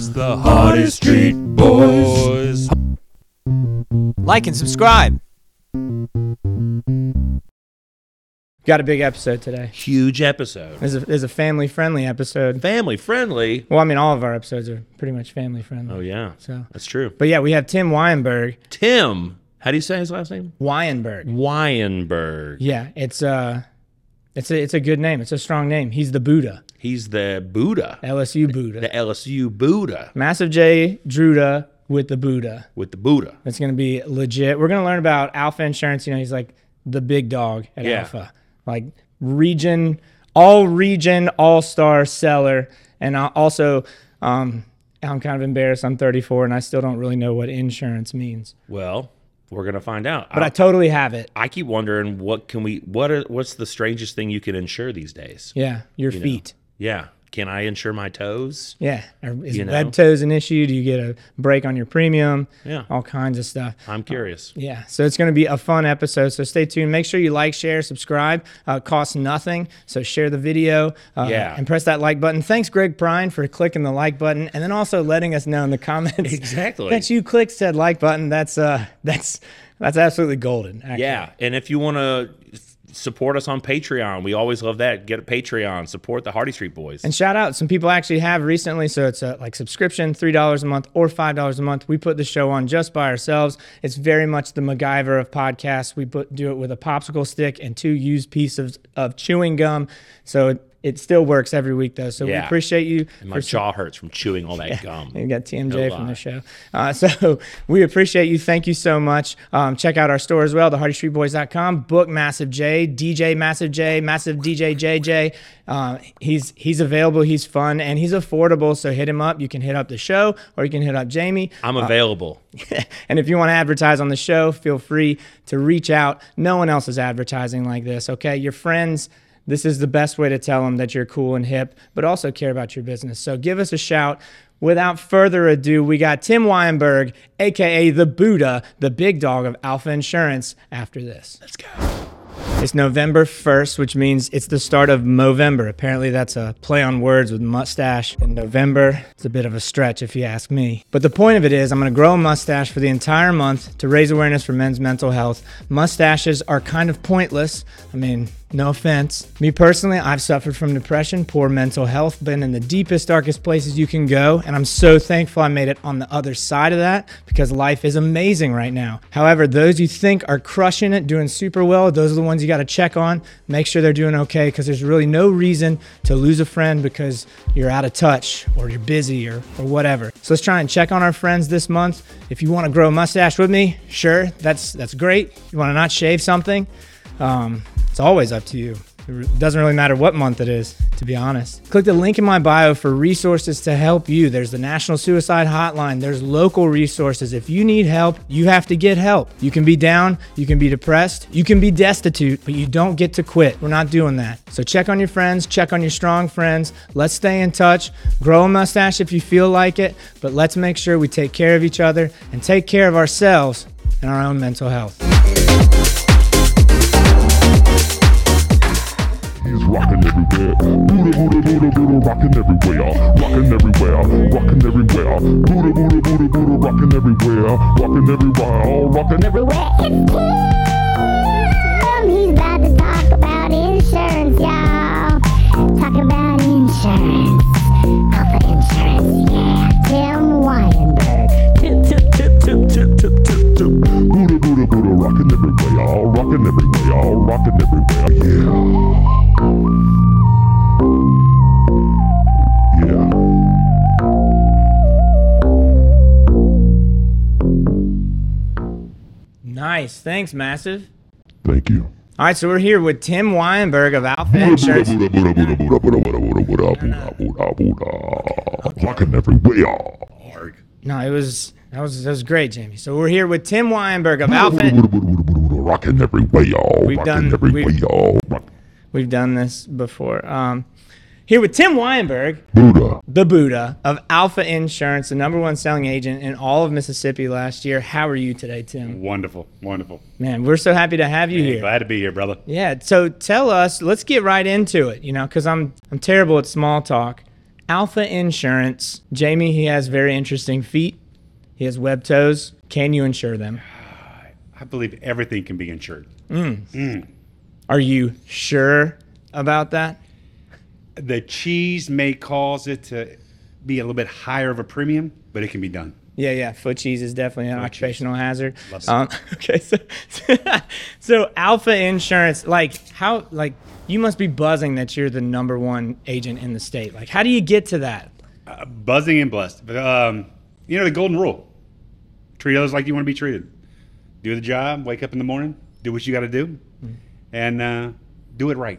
the hottest street boys. Like and subscribe. Got a big episode today. Huge episode. There's a, there's a family friendly episode. Family friendly. Well, I mean, all of our episodes are pretty much family friendly. Oh yeah, So, that's true. but yeah, we have Tim Weinberg. Tim, how do you say his last name? Weinberg. Weinberg. Yeah, it's uh, it's a it's a good name. It's a strong name. He's the Buddha, He's the Buddha, LSU Buddha, the LSU Buddha Massive J Druda with the Buddha. with the Buddha. That's gonna be legit. We're gonna learn about Alpha Insurance. You know, he's like the big dog at Yeah. Alpha, like region, all region, all star seller, and I also, um, I'm kind of embarrassed. I'm 34 and I still don't really know what insurance means, Well, we're gonna find out. but I totally have it. I keep wondering what can we what are, what's the strangest thing you can insure these days? Yeah, your feet. Yeah, can I insure my toes? Yeah, Or is You know? web toes an issue? Do you get a break on your premium? Yeah. all kinds of stuff. I'm curious. Yeah, so it's going to be a fun episode. So stay tuned. Make sure you like, share, subscribe. Uh, it costs nothing. So share the video. Uh, Yeah. And press that like button. Thanks, Greg Prine, for clicking the like button and then also letting us know in the comments Exactly. that you clicked said like button. That's uh, that's that's absolutely golden. Actually. Yeah, and if you want to support us on Patreon, we always love that. Get a Patreon, support the Hardy Street Boys. And shout out, some people actually have recently. So it's a like subscription, three dollars a month or five dollars a month. We put the show on just by ourselves. It's very much the MacGyver of podcasts. We put do it with a popsicle stick and two used pieces of chewing gum. So it, it still works every week though. So Yeah. we appreciate you. And my jaw hurts from chewing all that gum. We got TMJ Um, No from lie. the show. Uh, so we appreciate you. Thank you so much. Um, check out our store as well, thehardystreetboys.com. Book Massive J, DJ Massive J, Massive DJ JJ. Uh, he's he's available. He's fun and he's affordable. So hit him up. You can hit up the show or you can hit up Jamie. I'm available. and if you want to advertise on the show, feel free to reach out. No one else is advertising like this. Okay, your friends. This is the best way to tell them that you're cool and hip, but also care about your business. So give us a shout. Without further ado, we got Tim Weinberg, aka the Buddha, the big dog of Alpha Insurance. After this, Let's go. it's November first, which means it's the start of Movember. Apparently, that's a play on words with mustache and November. It's a bit of a stretch, if you ask me. But the point of it is, I'm going to grow a mustache for the entire month to raise awareness for men's mental health. Mustaches are kind of pointless. I mean, no offense. Me personally, I've suffered from depression, poor mental health, been in the deepest, darkest places you can go, and I'm so thankful I made it on the other side of that because life is amazing right now. However, those you think are crushing it, doing super well, those are the ones you got to check on. Make sure they're doing okay because there's really no reason to lose a friend because you're out of touch or you're busy or, or whatever. So let's try and check on our friends this month. If you want to grow a mustache with me, sure, that's that's great. You want to not shave something, um, it's always up to you. It re- doesn't really matter what month it is, to be honest. Click the link in my bio for resources to help you. There's the National Suicide Hotline, there's local resources. If you need help, you have to get help. You can be down, you can be depressed, you can be destitute, but you don't get to quit. We're not doing that. So check on your friends, check on your strong friends. Let's stay in touch. Grow a mustache if you feel like it, but let's make sure we take care of each other and take care of ourselves and our own mental health. He's rocking everywhere. Buddha, Buddha, Buddha, Buddha, rocking everywhere. Rocking everywhere. Rocking everywhere. Buddha, Buddha, Buddha, Buddha, rocking everywhere. Rocking everywhere. Rocking everywhere. He's about to talk about insurance, y'all. Talk about insurance. Alpha insurance, yeah. Tim Weinberg. Buddha, Buddha, Buddha, rocking everywhere. Rocking everywhere. Rocking everywhere. Yeah. Yeah. Nice. Thanks, Massive. Thank you. All right, so we're here with Tim Weinberg of Alpha Buddha, Insurance. Buddha, Buddha, Buddha, Buddha, Buddha, Buddha, Buddha, Buddha, Buddha, Buddha, Buddha. Rocking everywhere. No, it was that was that was great, Jamie. So we're here with Tim Weinberg of Alpha. Rocking everywhere, y'all. We've done- Rocking everywhere, we've- y'all. Rock- We've done this before. Um, here with Tim Weinberg, Buddha. the Buddha of Alpha Insurance, the number one selling agent in all of Mississippi last year. How are you today, Tim? Wonderful, wonderful. Man, we're so happy to have you here. Glad to be here, brother. Yeah. So tell us. Let's get right into it. You know, because I'm I'm terrible at small talk. Alpha Insurance. Jamie, he has very interesting feet. He has web toes. Can you insure them? I believe everything can be insured. Are you sure about that? The cheese may cause it to be a little bit higher of a premium, but it can be done. Yeah, yeah. Foot cheese is definitely an occupational hazard. Love Um, okay, so so Alpha Insurance, like how, like you must be buzzing that you're the number one agent in the state. Like, how do you get to that? Buzzing and blessed. But um, you know the golden rule: treat others like you want to be treated. Do the job. Wake up in the morning. Do what you got to do, and uh, do it right.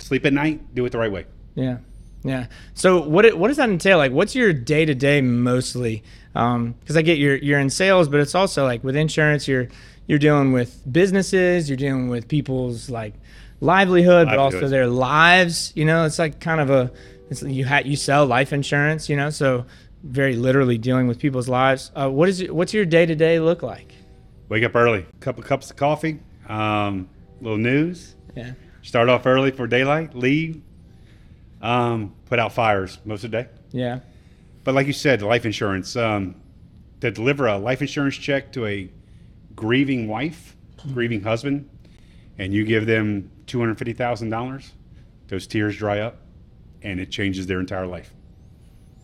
Sleep at night. Do it the right way. Yeah, yeah. So what it- what does that entail? Like, what's your day to day mostly? Because I get you're you're in sales, but it's also like with insurance, you're you're dealing with businesses, you're dealing with people's like livelihood, but also Livelihoods. their lives. You know, it's like kind of a it's, you ha- you sell life insurance. You know, so very literally dealing with people's lives. Uh, what is your- what's your day to day look like? Wake up early. Couple cups of coffee. Um, little news. Yeah. Start off early for daylight. Leave. Um, put out fires most of the day. Yeah. But like you said, life insurance. Um, to deliver a life insurance check to a grieving wife, grieving husband, and you give them two hundred fifty thousand dollars, those tears dry up, and it changes their entire life.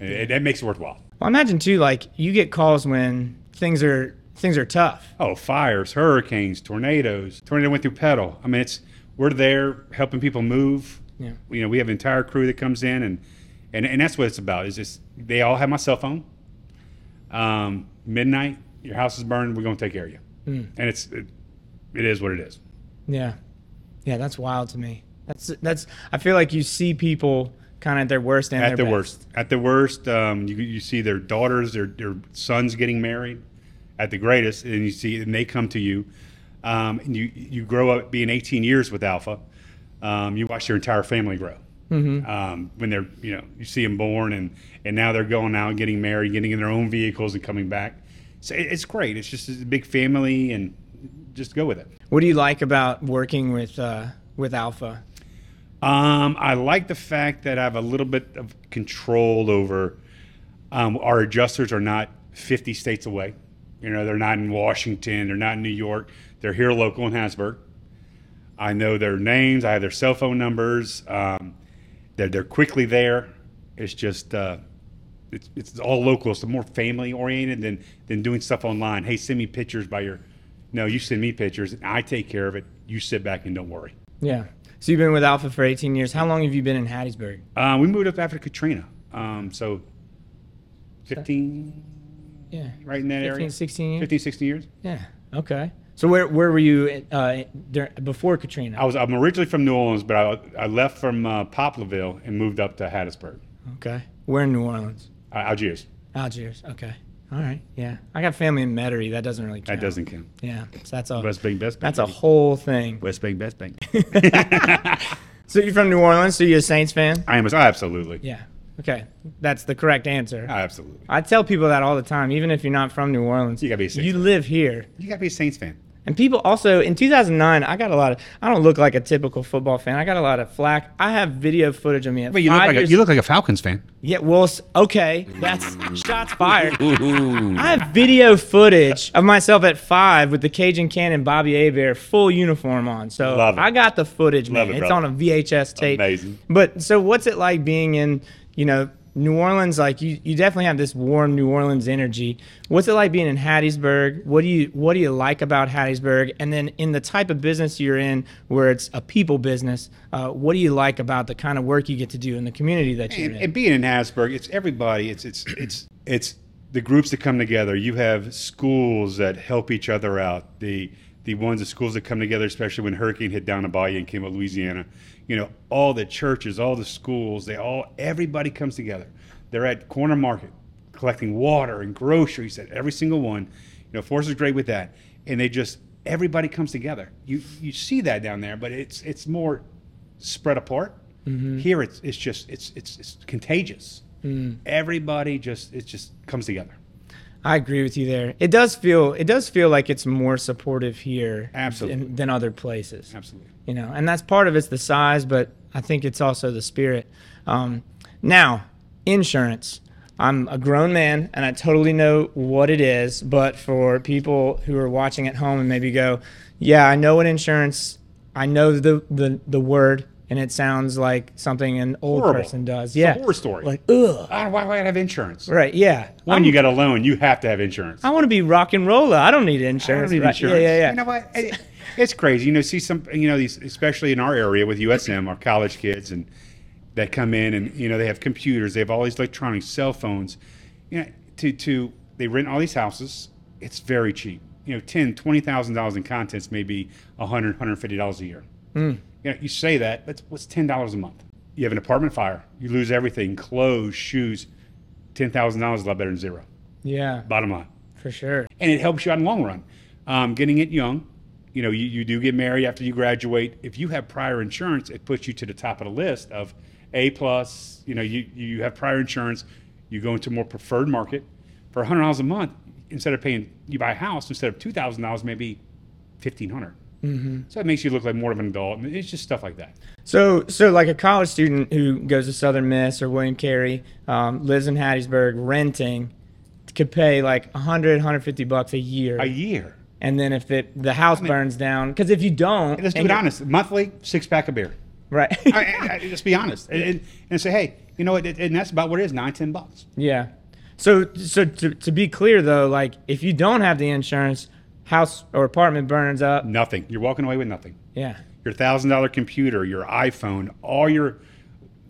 And it, that makes it worthwhile. Well, I imagine too, like you get calls when things are things are tough. Oh, fires, hurricanes, tornadoes. Tornado went through Pedal. I mean, it's we're there helping people move. Yeah. You know, we have an entire crew that comes in, and and, and that's what it's about. Is just they all have my cell phone. Um, midnight, your house is burned. We're gonna take care of you. And it's it, it is what it is. Yeah. Yeah, that's wild to me. That's that's I feel like you see people kind of at their worst and At their the best. worst, at the worst, um, you you see their daughters, their their sons getting married. At the greatest, and you see, and they come to you, um, and you you grow up being 18 years with Alpha. Um, you watch your entire family grow. Mm-hmm. Um, when they're you know you see them born and and now they're going out and getting married, getting in their own vehicles and coming back. So it, it's great. It's just a big family and just go with it. What do you like about working with uh with Alpha? Um, I like the fact that I have a little bit of control over. Um, our adjusters are not 50 states away. You know, they're not in Washington, they're not in New York. They're here local in Hasburg. I know their names. I have their cell phone numbers. Um, they're they're quickly there. It's just uh, it's it's all local. It's more family oriented than than doing stuff online. Hey, send me pictures by your. No, you send me pictures and I take care of it. You sit back and don't worry. Yeah. So you've been with Alpha for 18 years. How long have you been in Hattiesburg? Uh, we moved up after Katrina, um, so 15, Yeah. right in that 15, area. 16 years? 15, 16 years. Yeah. Okay. So where where were you uh dur before Katrina? I was I'm originally from New Orleans, but I, I left from uh, Poplarville and moved up to Hattiesburg, Okay. Where in New Orleans? uh, Algiers. Algiers. Okay. All right. Yeah. I got family in Metairie. That doesn't really That count. doesn't count. Yeah. So that's a West Bank, Best Bank. that's a whole thing. West Bank, Best Bank. So you're from New Orleans, so you're a Saints fan? I am. Absolutely. Yeah. Okay. That's the correct answer. Uh, Absolutely. I tell people that all the time, even if you're not from New Orleans. You gotta be a Saints You fan. live here. You got to be a Saints fan. And people also, in 2009, I got a lot of, I don't look like a typical football fan. I got a lot of flack. I have video footage of me. At But you look five like a, years- you look like a Falcons fan. Yeah, well, s- okay. That's shots fired. I have video footage of myself at five with the Cajun Cannon Bobby Abear full uniform on. So Love it. I got the footage, man. Love it, it's brother. on a VHS tape. Amazing. But so what's it like being in, you know, New Orleans? Like you, you definitely have this warm New Orleans energy. What's it like being in Hattiesburg? What do you what do you like about Hattiesburg? And then in the type of business you're in, where it's a people business, uh, what do you like about the kind of work you get to do in the community that you're and, in? and being in Hasburg, it's everybody. It's it's it's it's the groups that come together. You have schools that help each other out. The the ones the schools that come together, especially when hurricane hit down in Bahia and came to Louisiana. You know, all the churches, all the schools, they all everybody comes together. They're at corner market collecting water and groceries at every single one. You know, Force is great with that, and they just everybody comes together. You you see that down there, but it's it's more spread apart. Mm-hmm. Here, it's it's just it's it's, it's contagious. Mm. Everybody just it just comes together. I agree with you there. It does feel it does feel like it's more supportive here Absolutely. than, than other places. Absolutely. You know, and that's part of it's the size, but I think it's also the spirit. Um, now, insurance. I'm a grown man and I totally know what it is, but for people who are watching at home and maybe go, yeah, I know what insurance, I know the the, the word and it sounds like something an old Horrible. person does. It's a yeah. horror story. Like, ugh. Ah, why would I have insurance? Right, yeah. One, you got a loan. You have to have insurance. I want to be rock and roller. I don't need I insurance. don't need right? insurance. Yeah, yeah, You yeah. know what? It- it's crazy. You know, see some, you know, these, especially in our area with USM, our college kids, and that come in and, you know, they have computers, they have all these electronic cell phones. You know, to, to, they rent all these houses. It's very cheap. You know, ten, twenty thousand dollars in contents, maybe a hundred, hundred fifty dollars a year. You know, you say that, but what's ten dollars a month? You have an apartment fire, you lose everything, clothes, shoes. Ten thousand dollars is a lot better than zero. Yeah, Bottom line for sure. and it helps you out in the long run. Um, getting it young, you know, you, you do get married after you graduate. If you have prior insurance, it puts you to the top of the list of A plus. You know, you you have prior insurance, you go into a more preferred market for hundred dollars a month instead of paying. You buy a house instead of two thousand dollars, maybe fifteen hundred. Mm-hmm. So it makes you look like more of an adult, and it's just stuff like that. So, so like a college student who goes to Southern Miss or William Carey, um, lives in Hattiesburg, renting, could pay like 100, 150 bucks a year. A year. and then if it, the house burns down, because if you don't, Let's do and it you're- honest. Monthly, six pack of beer. right? I, I, I, let's be honest, and, and, and say, hey, you know what? And and that's about what it is: nine, ten bucks. yeah. So, so to, to be clear though, like if you don't have the insurance, house or apartment burns up. Nothing. You're walking away with nothing. Yeah. Your thousand dollar computer, your iPhone, all your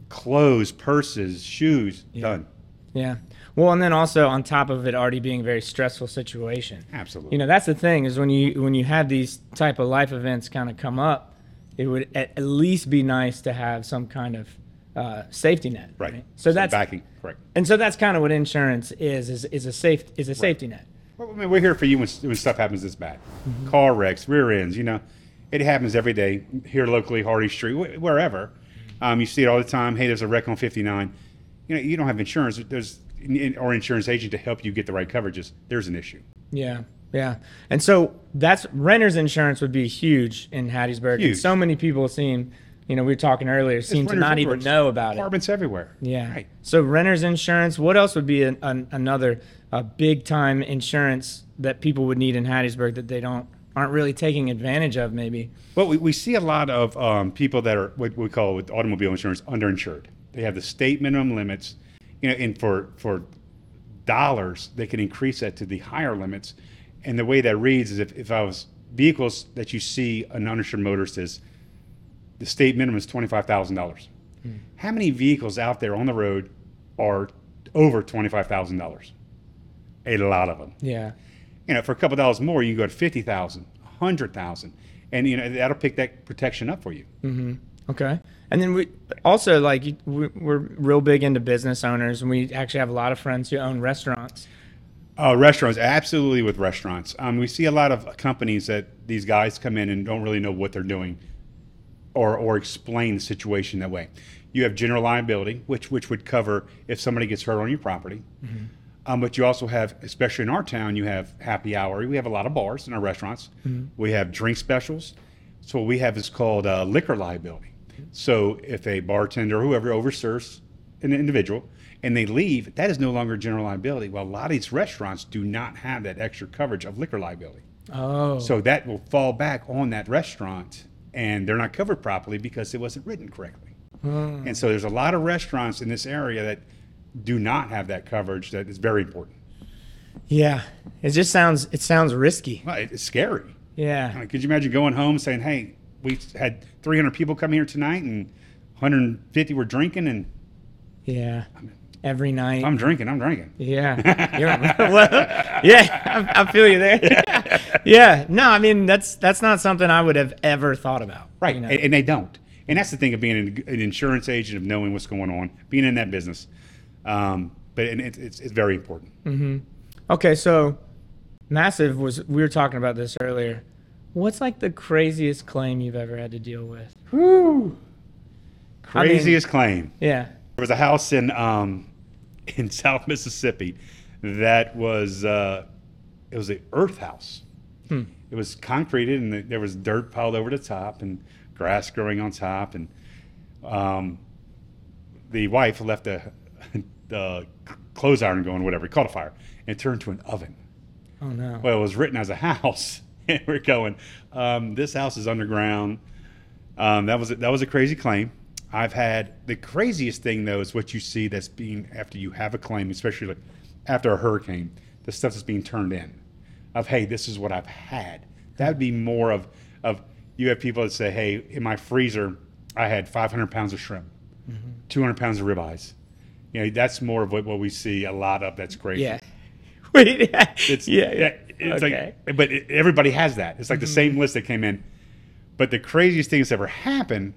clothes, purses, shoes, done. Yeah. Well, and then also on top of it already being a very stressful situation. Absolutely. You know, that's the thing is when you when you have these type of life events kind of come up, it would at at least be nice to have some kind of uh, safety net. right. So that's backing. Correct. and so that's kind of what insurance is is is a safe is a safety net. Well, I mean, we're here for you when, when stuff happens this bad. Mm-hmm. Car wrecks, rear ends, you know, it happens every day here locally, Hardy Street, wh- wherever. Mm-hmm. Um, you see it all the time. Hey, there's a wreck on 59. You know, you don't have insurance. There's or insurance agent to help you get the right coverages. There's an issue. Yeah. Yeah. And so that's renters insurance would be huge in Hattiesburg. And Huge. so many people seem, you know, we were talking earlier, seem to renters not everywhere. even know about it. Apartments everywhere. Yeah. Right. So renters insurance. What else would be an, an, another uh, big time insurance that people would need in Hattiesburg that they don't aren't really taking advantage of? Maybe. Well, we, we see a lot of um, people that are what we call with automobile insurance underinsured. They have the state minimum limits, you know, and for for dollars they can increase that to the higher limits. And the way that reads is if, if I was vehicles that you see an uninsured motorist is the state minimum is twenty five thousand dollars. How many vehicles out there on the road are over twenty five thousand dollars? A lot of them Yeah. you know, for a couple dollars more, you can go to fifty thousand, a hundred thousand, and you know that'll pick that protection up for you. Okay. And then we also like you- we- we're real big into business owners, and we actually have a lot of friends who own restaurants. Uh, restaurants, absolutely, with restaurants, um, we see a lot of companies that these guys come in and don't really know what they're doing, or or explain the situation that way. You have general liability, which which would cover if somebody gets hurt on your property. Um, but you also have, especially in our town, you have happy hour. We have a lot of bars in our restaurants. We have drink specials. So what we have is called uh, liquor liability. So if a bartender or whoever overserves an individual and they leave, that is no longer general liability. Well, a lot of these restaurants do not have that extra coverage of liquor liability. Oh. So that will fall back on that restaurant and they're not covered properly because it wasn't written correctly. And so there's a lot of restaurants in this area that do not have that coverage that is very important. Yeah. It just sounds it sounds risky. Well, it- it's scary. I Yeah. mean, could you imagine going home saying, hey, we had 300 people come here tonight and 150 were drinking and Yeah. Every night. I'm drinking, I'm drinking. Yeah. You're- well, yeah, I, I feel you there. yeah. No, I mean that's that's not something I would have ever thought about. Right. you know? and, and they don't. And that's the thing of being an, an insurance agent, of knowing what's going on, being in that business. Um, but and it's it's, it's very important. okay, so massive was we were talking about this earlier. What's like the craziest claim you've ever had to deal with? I mean- Craziest claim. Yeah. There was a house in um, in South Mississippi that was uh, it was an earth house. It was concreted and there was dirt piled over the top and grass growing on top and um, the wife left a, the c- clothes iron going, whatever. He caught a fire and it turned to an oven. Oh no. Well, it was written as a house, and we're going. Um, this house is underground. Um, that was that was a crazy claim. I've had the craziest thing though is what you see that's being after you have a claim, especially like after a hurricane. The stuff that's being turned in, of hey, this is what I've had. That would be more of of you have people that say, hey, in my freezer, I had 500 pounds of shrimp, 200 pounds of ribeyes. You know, that's more of what, what we see a lot of. That's crazy. Yeah. Wait. It's, yeah. yeah, It's like, but it, everybody has that. It's like the same list that came in. But the craziest thing that's ever happened,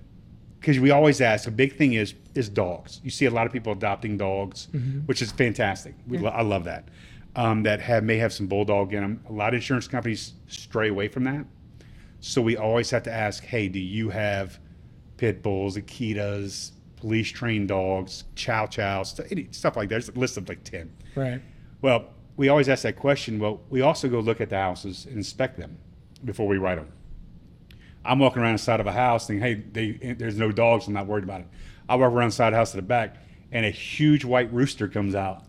because we always ask, a big thing is is dogs. You see a lot of people adopting dogs, which is fantastic. We lo- I love that. Um, that have may have some bulldog in them. A lot of insurance companies stray away from that. So we always have to ask, hey, do you have pit bulls, Akitas, police trained dogs, chow chow, st- any- stuff like that? There's a list of like 10. right. Well, we always ask that question. Well, we also go look at the houses and inspect them before we write them. I'm walking around the side of a house thinking, hey, they, eh, there's no dogs. I'm not worried about it. I walk around the side of the house to the back, and a huge white rooster comes out,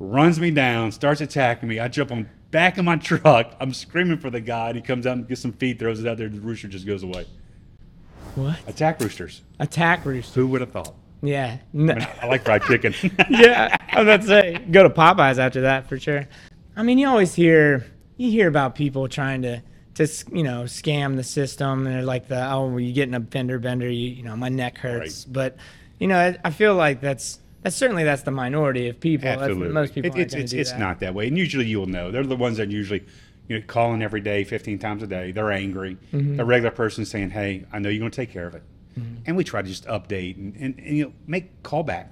runs me down, starts attacking me. I jump on back of my truck. I'm screaming for the guy, and he comes out and gets some feed, throws it out there, and the rooster just goes away. What? Attack roosters. Attack rooster. Who would have thought? Yeah. No. I like fried chicken. yeah. I was about to say, go to Popeyes after that for sure. I mean, you always hear you hear about people trying to to s- you know scam the system, and they're like the oh, well, you get in a fender bender, you you know my neck hurts, but you know I- I feel like that's that's certainly that's the minority of people. That's- Absolutely. most people It- aren't it's gonna it's, do it's that. not that way. And usually you'll know. They're the ones that usually you know calling every day, 15 times a day. They're angry. Mm-hmm. The regular person saying, "Hey, I know you're going to take care of it." And we try to just update and, and, and you know make callback.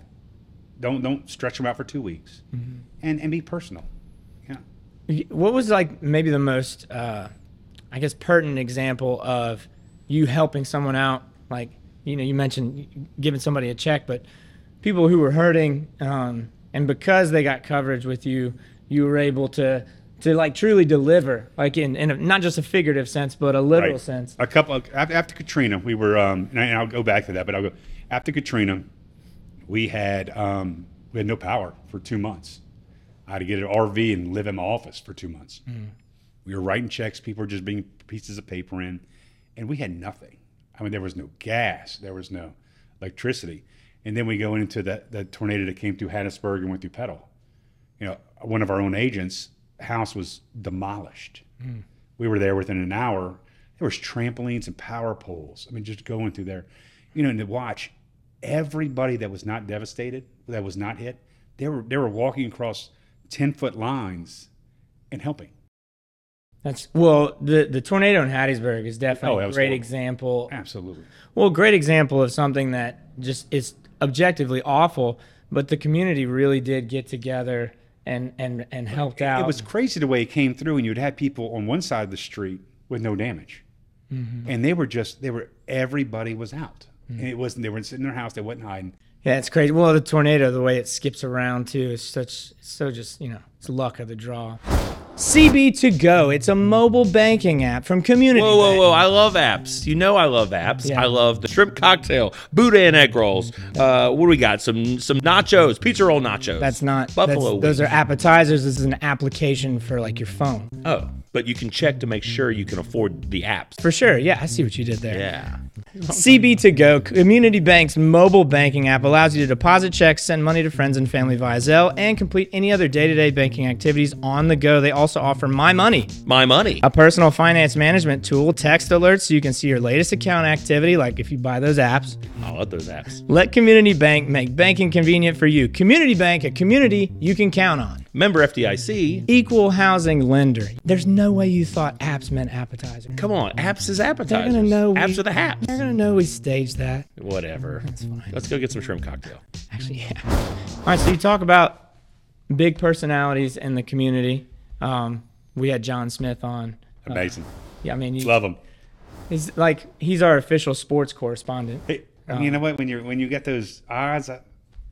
Don't don't stretch them out for two weeks, Mm-hmm. and and be personal. Yeah. Y- What was like maybe the most, uh, I guess, pertinent example of you helping someone out? Like, you know, you mentioned giving somebody a check, but people who were hurting, um, and because they got coverage with you, you were able to to like truly deliver, like in, in a, not just a figurative sense, but a literal Right. sense. A couple of, af- after Katrina, we were, um, and, I, will go back to that, but I'll go after Katrina, we had um, we had no power for two months. I had to get an RV and live in my office for two months. Hmm. We were writing checks. People were just bringing pieces of paper in, and we had nothing. I mean, there was no gas, there was no electricity, and then we go into that the tornado that came through Hattiesburg and went through Petal. You know, one of our own agents' house was demolished. We were there within an hour. There was trampolines and power poles. I mean, just going through there, you know, and to watch everybody that was not devastated, that was not hit, they were they were walking across ten foot lines and helping. That's well, the the tornado in Hattiesburg is Oh, definitely that a was great horrible. example Absolutely. Well, great example of something that just is objectively awful, but the community really did get together and and and helped out. It was crazy the way it came through, and you'd have people on one side of the street with no damage, and they were just they were everybody was out. And it wasn't they were sitting in their house, they wasn't hiding. yeah, it's crazy. Well, the tornado, the way it skips around too, is such so just you know it's luck of the draw. CB to go. It's a mobile banking app from Community. Whoa, whoa, Bank. whoa! I love apps. You know I love apps. Yeah. I love the shrimp cocktail, Buddha and egg rolls. Uh, what do we got? Some some nachos, pizza roll nachos. That's not buffalo. that's- Those are wings. appetizers. This is an application for like your phone. oh, but you can check to make sure you can afford the apps. For sure. Yeah, I see what you did there. Yeah. CB2Go, Community Bank's mobile banking app, allows you to deposit checks, send money to friends and family via Zelle, and complete any other day to day banking activities on the go. They also offer My Money, My money. a personal finance management tool, text alerts so you can see your latest account activity, like if you buy those apps. Oh, I love those apps. Let Community Bank make banking convenient for you. Community Bank, a community you can count on. Member FDIC. Equal housing lender. There's no way you thought apps meant appetizer. Come on, apps is They're appetizers. gonna know. we- apps are the They're haps. gonna know we staged that. Whatever. It's fine. Let's go get some shrimp cocktail. Actually, yeah. All right, so you talk about big personalities in the community. Um, we had John Smith on. Amazing, Yeah, I mean, you, love them. he's like he's our official sports correspondent. Hey, you know what? When you're when you get those odds, I,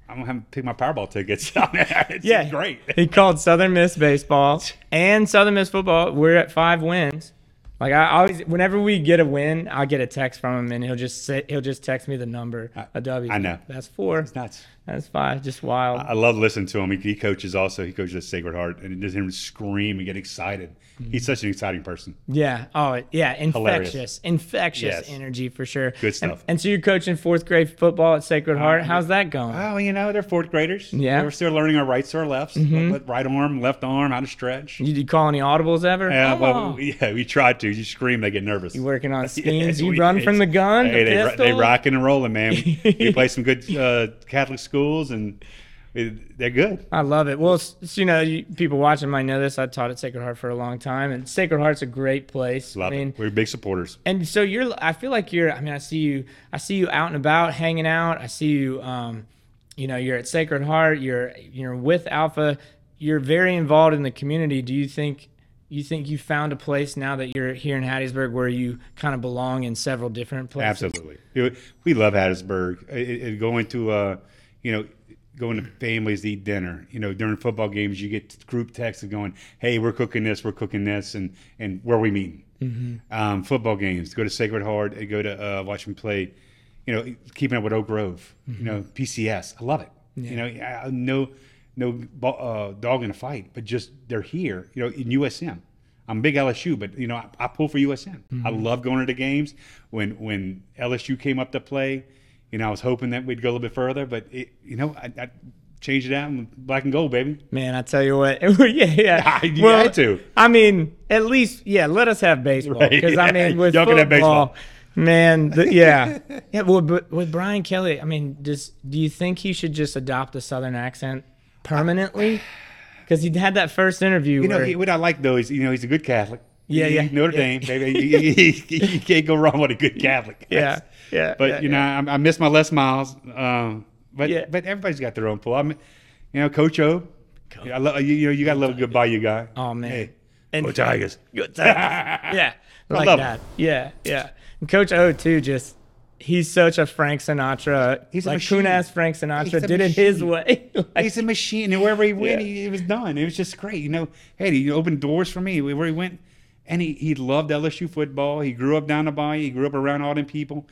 I'm gonna have to pick my Powerball tickets. it's Yeah, great. He called Southern Miss baseball and Southern Miss football. We're at five wins. Like I always, whenever we get a win, I get a text from him, and he'll just sit, he'll just text me the number a W. I know. that's four. Nuts. That's fine. Just wild. I love listening to him. He, he coaches also. He coaches at Sacred Heart, and it does him scream and get excited. He's such an exciting person. Yeah. Oh, it- yeah. Infectious, Hilarious. infectious Yes. energy for sure. Good stuff. And, and so you're coaching fourth grade football at Sacred Heart. How's that going? Oh, you know, they're fourth graders. Yeah. We're still learning our rights or lefts. What- what- Right arm, left arm, how to stretch. you, you call any audibles ever? Yeah, Come well, on. we- yeah, we try to. You scream, they get nervous. you working on Yes, schemes? you we- run from the gun? Hey, the they, ro- pistol? they rocking and rolling, man. we play some good uh, Catholic schools, and it, they're good. I love it. Well, s s- you know, you, people watching might know this. I taught at Sacred Heart for a long time, and Sacred Heart's a great place. Love I mean, it. We're big supporters. and so you're i feel like you're i mean i see you i see you out and about hanging out i see you um you know you're at sacred heart you're you're with alpha you're very involved in the community do you think you think you found a place now that you're here in hattiesburg where you kind of belong in several different places Absolutely. It- we love Hattiesburg. It, it- going to, uh, you know, going to families to eat dinner. You know, during football games, you get group texts of going, hey, we're cooking this, we're cooking this, and, and where are we meeting? Mm-hmm. Um, football games, go to Sacred Heart, and go to uh, watch them play, you know, keeping up with Oak Grove, you know, PCS. I love it. You know, I- I- no, no bo- uh, dog in a fight, but just they're here, you know, in USM. I'm a big LSU, but you know I, I pull for USM. I love going to the games. When when LSU came up to play, you know I was hoping that we'd go a little bit further, but it, you know I, I changed it out and black and gold, baby. man i tell you what yeah yeah You had to. i mean at least yeah let us have baseball Right, because i yeah. mean with Y'all football, can have baseball. man the, yeah yeah well but with brian kelly i mean does do you think he should just adopt a southern accent permanently because he had that first interview You know where- he, what I like though is you know he's a good Catholic. Yeah, He- yeah, Notre yeah. Dame, baby. You, you- you can't go wrong with a good Catholic. yeah yeah But yeah, you know, I, I miss my Les Miles. Um, but Yeah. but everybody's got their own pull. I mean, you know, Coach O. I love you. You know, you got to love a good Bayou guy. oh man Hey, and go Tigers. yeah like love that him. yeah yeah and coach o too just he's such a frank sinatra He's a like machine. Kunas frank sinatra a did it his machine. way Like- He's a machine, and wherever he went, Yeah. he, it was done. It was just great, you know. Hey, he opened doors for me wherever he went, and he, he loved LSU football. He grew up down the bayou. He grew up around all them people,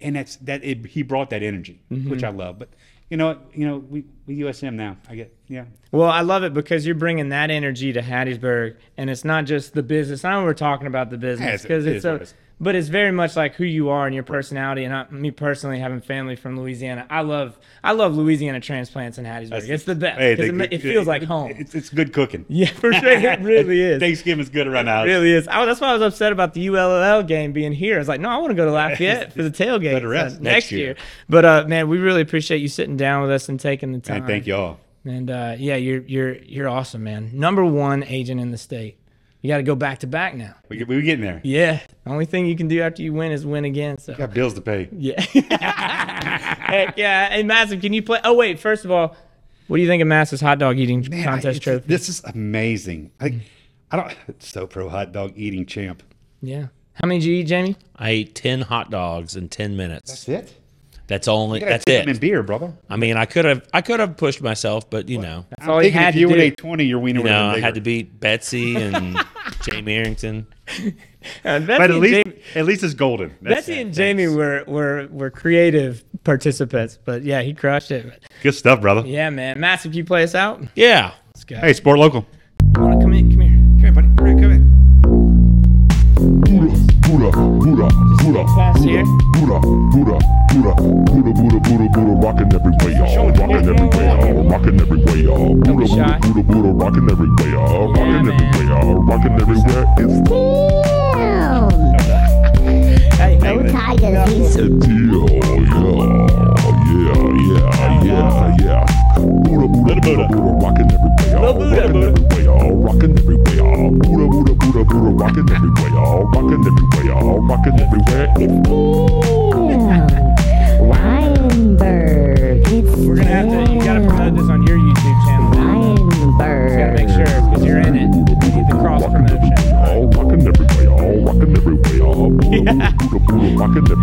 and that's that. It, he brought that energy, Mm-hmm. which I love. But you know, what? you know, we, we USM now. I get yeah. Well, I love it because you're bringing that energy to Hattiesburg, and it's not just the business. I know we're talking about the Yeah, business it's- because it it's, is what it a, is. but it's very much like who you are and your personality. And I, me personally, having family from Louisiana, I love I love Louisiana transplants in Hattiesburg. it's the best Hey, Uh, 'cause they- it, ma- it feels like home. It's, it's good cooking. yeah, for sure, it really is. Thanksgiving's good around the house. It really is. I, that's why I was upset about the ULL game being here. I was like, no, I want to go to Lafayette for the tailgate Better uh, rest next next year. year. But uh, man, we really appreciate you sitting down with us and taking the time. And thank y'all. And uh, yeah, you're you're you're awesome, man. Number one agent in the state. You got to go back to back now. We, we getting there. Yeah. The only thing you can do after you win is win again. So Got bills to pay. yeah. Heck yeah. Hey, Massive, can you play? Oh wait, first of all, what do you think of Massive's hot dog eating Man, I- contest it's- trophy? Mm-hmm. This is amazing. I, I don't. It's so pro hot dog eating champ. yeah. How many did you eat, Jamie? I ate ten hot dogs in ten minutes. That's it. That's only. That's And it. beer, brother. I mean, I could have. I could have pushed myself, but you know, That's all you Thinking had if to you would do. ate twenty, your wiener you would know, have I been had to bigger. beat Betsy and Jamie Arrington. Uh, Betsy But at and least, Jamie, at least it's golden. That's Betsy and Jamie were, were were creative participants, but yeah, he crushed it. But good stuff, brother. yeah, man. Massive, can you play us out? Yeah. Let's go. Hey, sport local. You want to come in? Come here. Come here, buddy. Come here, come here. Buddha, Buddha, Buddha, Fast Buddha, here. Buddha, Buddha, Buddha, Buddha, Buddha, Buddha, Buddha, rockin' everywhere, y'all, rockin' everywhere, y'all, rockin' everywhere, y'all, Buddha, be shy. Buddha, Buddha, Buddha, rockin' everywhere, y'all, rockin' man. everywhere, y'all, rockin' everywhere, it's the Boom! Hey, Go Tigers, he's deal, yeah, yeah, yeah, yeah, yeah, Buddha, Buddha, Buddha, Buddha, rockin' everywhere, y'all, rockin' everywhere, y'all, rockin' everywhere, y'all, Buddha, Buddha, Buddha, Buddha, rockin' everywhere, y'all, rockin' everywhere, y'all, rockin' everywhere, it's Lionberg. It's We're gonna have to. You gotta promote this on your YouTube channel. You gotta Lionberg. make sure because you're in it. You need the cross promotion. All rockin' everywhere, all rockin' everywhere, all. Buddha, Buddha, Buddha, rockin' everywhere.